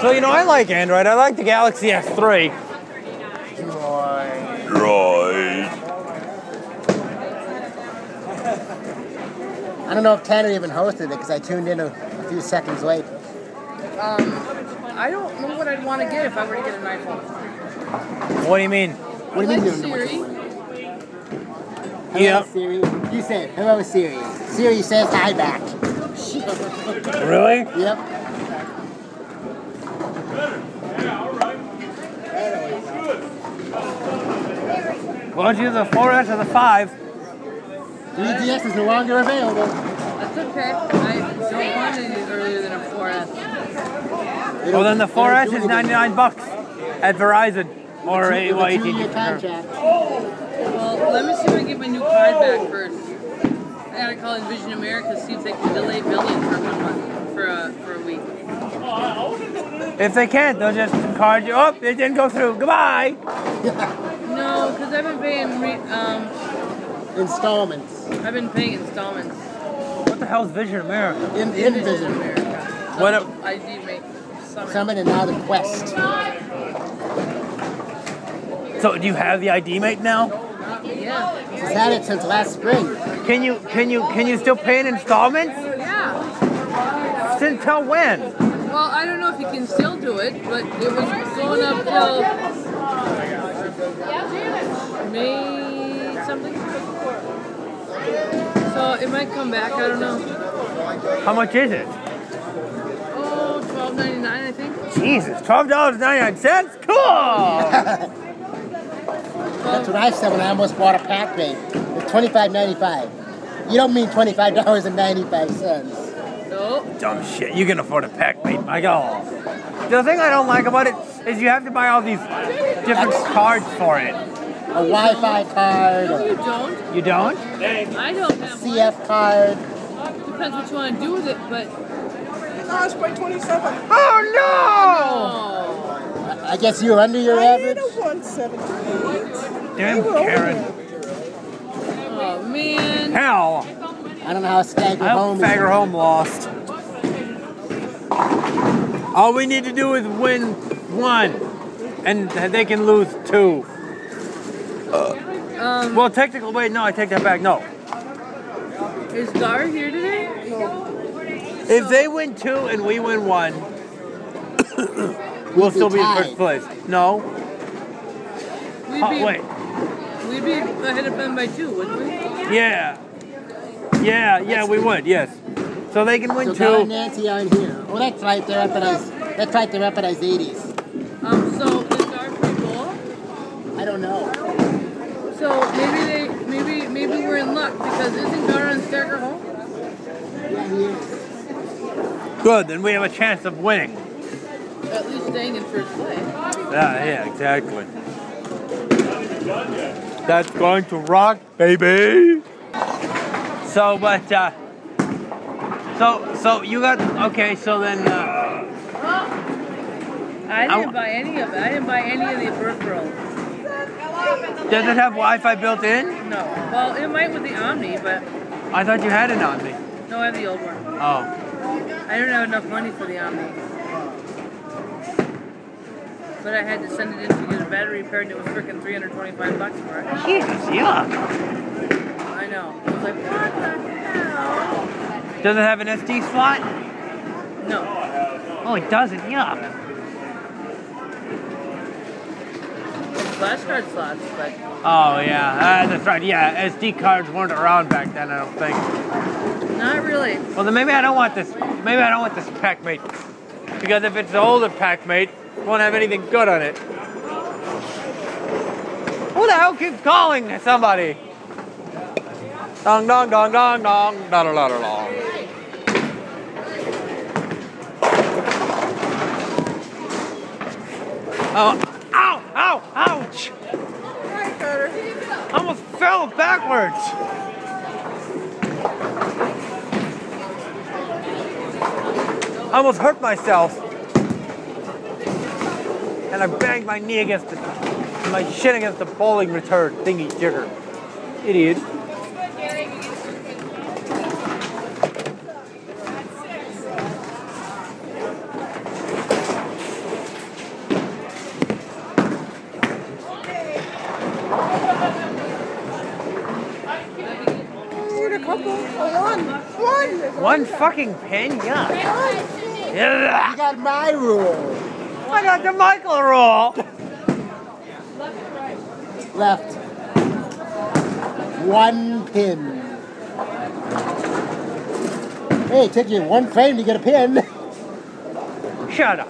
So, you know, I like Android. I like the Galaxy S3. Right. I don't know if Tanner even hosted it because I tuned in a, a few seconds late. I don't know what I'd want to get if I were to get an iPhone. What do you mean? What do you mean you like don't know what you Siri. Hello, Yeah. Siri. You said, hello, Siri. Siri says, hi back. Really? Yep. Won't you the 4S or the 5? 3DS is no longer available. That's okay. I don't want any earlier than a 4S. Well, then the 4S is 99 bucks at Verizon or uh, Or a- well, a two-year AT&T. contract. Well, let me see if I can get my new card back first. I gotta call Envision America see if they can delay billing for one month, for a, for a week. If they can't, they'll just card you. Oh, it didn't go through. Goodbye. No, because I've been paying re- um Installments. I've been paying installments. What the hell's Vision America? In, in Envision vision. America. What Summit- a- ID make summit. Summon and now the Quest. So, do you have the ID mate now? Yeah. It's had it since last spring. Can you can you can you still pay in installments? Yeah. Since till when? Well, I don't know if you can still do it, but it was going up till May something. So it might come back. I don't know. How much is it? Oh, twelve ninety nine, I think. Jesus, twelve dollars ninety nine cents. Cool. That's what I said when I almost bought a pack mate. It's twenty-five ninety-five. You don't mean twenty-five dollars and ninety-five cents. No. Dumb shit. You can afford a pack, mate. I got all. The thing I don't like about it is you have to buy all these different cards for it. A Wi-Fi card, No, a you don't. You don't? I don't have one. CF card. Depends what you want to do with it, but Gosh, by 27. Oh oh, I guess you're under your I had average. a 178. no! They Damn were over Karen. there. oh man. Hell. I don't know how Stagger I hope Home is. Fagger Home lost. All we need to do is win one, and they can lose two. well, technically, wait, no, I take that back. No. Is Gar here today? If they win two and we win one, we'll still be in first tied. place. No. We'd Oh, wait. We'd be ahead of them by two, wouldn't we? Yeah. Yeah, yeah, we would, yes. So they can win So Don and two. Nancy aren't here. Oh, that's right. They're up at us. That's right. They're up at us 80s. Um, so the Gar free ball. I don't know. So maybe they, maybe, maybe we're in luck because isn't Gar on Starker home? Yeah, he is. Good, then we have a chance of winning. At least staying in first place. Yeah, Ah, yeah, exactly. That's going to rock, baby. So, but uh, so so you got okay. So then, uh, I I w- didn't buy any of it. I didn't buy any of the peripherals. does it have Wi-Fi built in? No. Well, it might with the Omni, but I thought you had it on me. no, I have the old one. Oh, I don't have enough money for the Omni. But I had to send it in to get a battery repaired, and it was freaking 325 bucks for it. Jesus, yeah. I know. I was like, what the Does it have an SD slot? hell? No. Oh, it doesn't. Yeah. Flashcard slots, but Oh yeah, uh, that's right. Yeah, SD cards weren't around back then. I don't think. not really. Well, then maybe I don't want this. Maybe I don't want this packmate. Because if it's the older packmate, it won't have anything good on it. Who the hell keeps calling somebody? Dong, dong, dong, dong, dong, da da da da dong. Oh, ow, ow, ouch! Hi, Carter. Almost fell backwards. Almost hurt myself. And I banged my knee against the, my shin against the bowling return thingy jigger. Idiot. One fucking pen? Yeah. You got my rule. I got the Michael roll. Left. One pin. Hey, it took you one frame to get a pin. Shut up.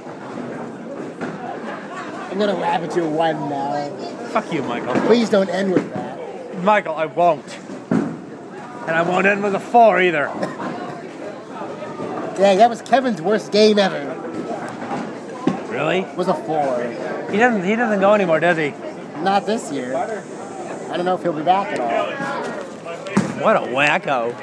I'm gonna laugh at your one now. Fuck you, Michael. Please don't end with that. Michael, I won't. And I won't end with a four either. Dang, that was Kevin's worst game ever. Really? Was a four. He doesn't. He doesn't go anymore, does he? Not this year. I don't know if he'll be back at all. What a wacko.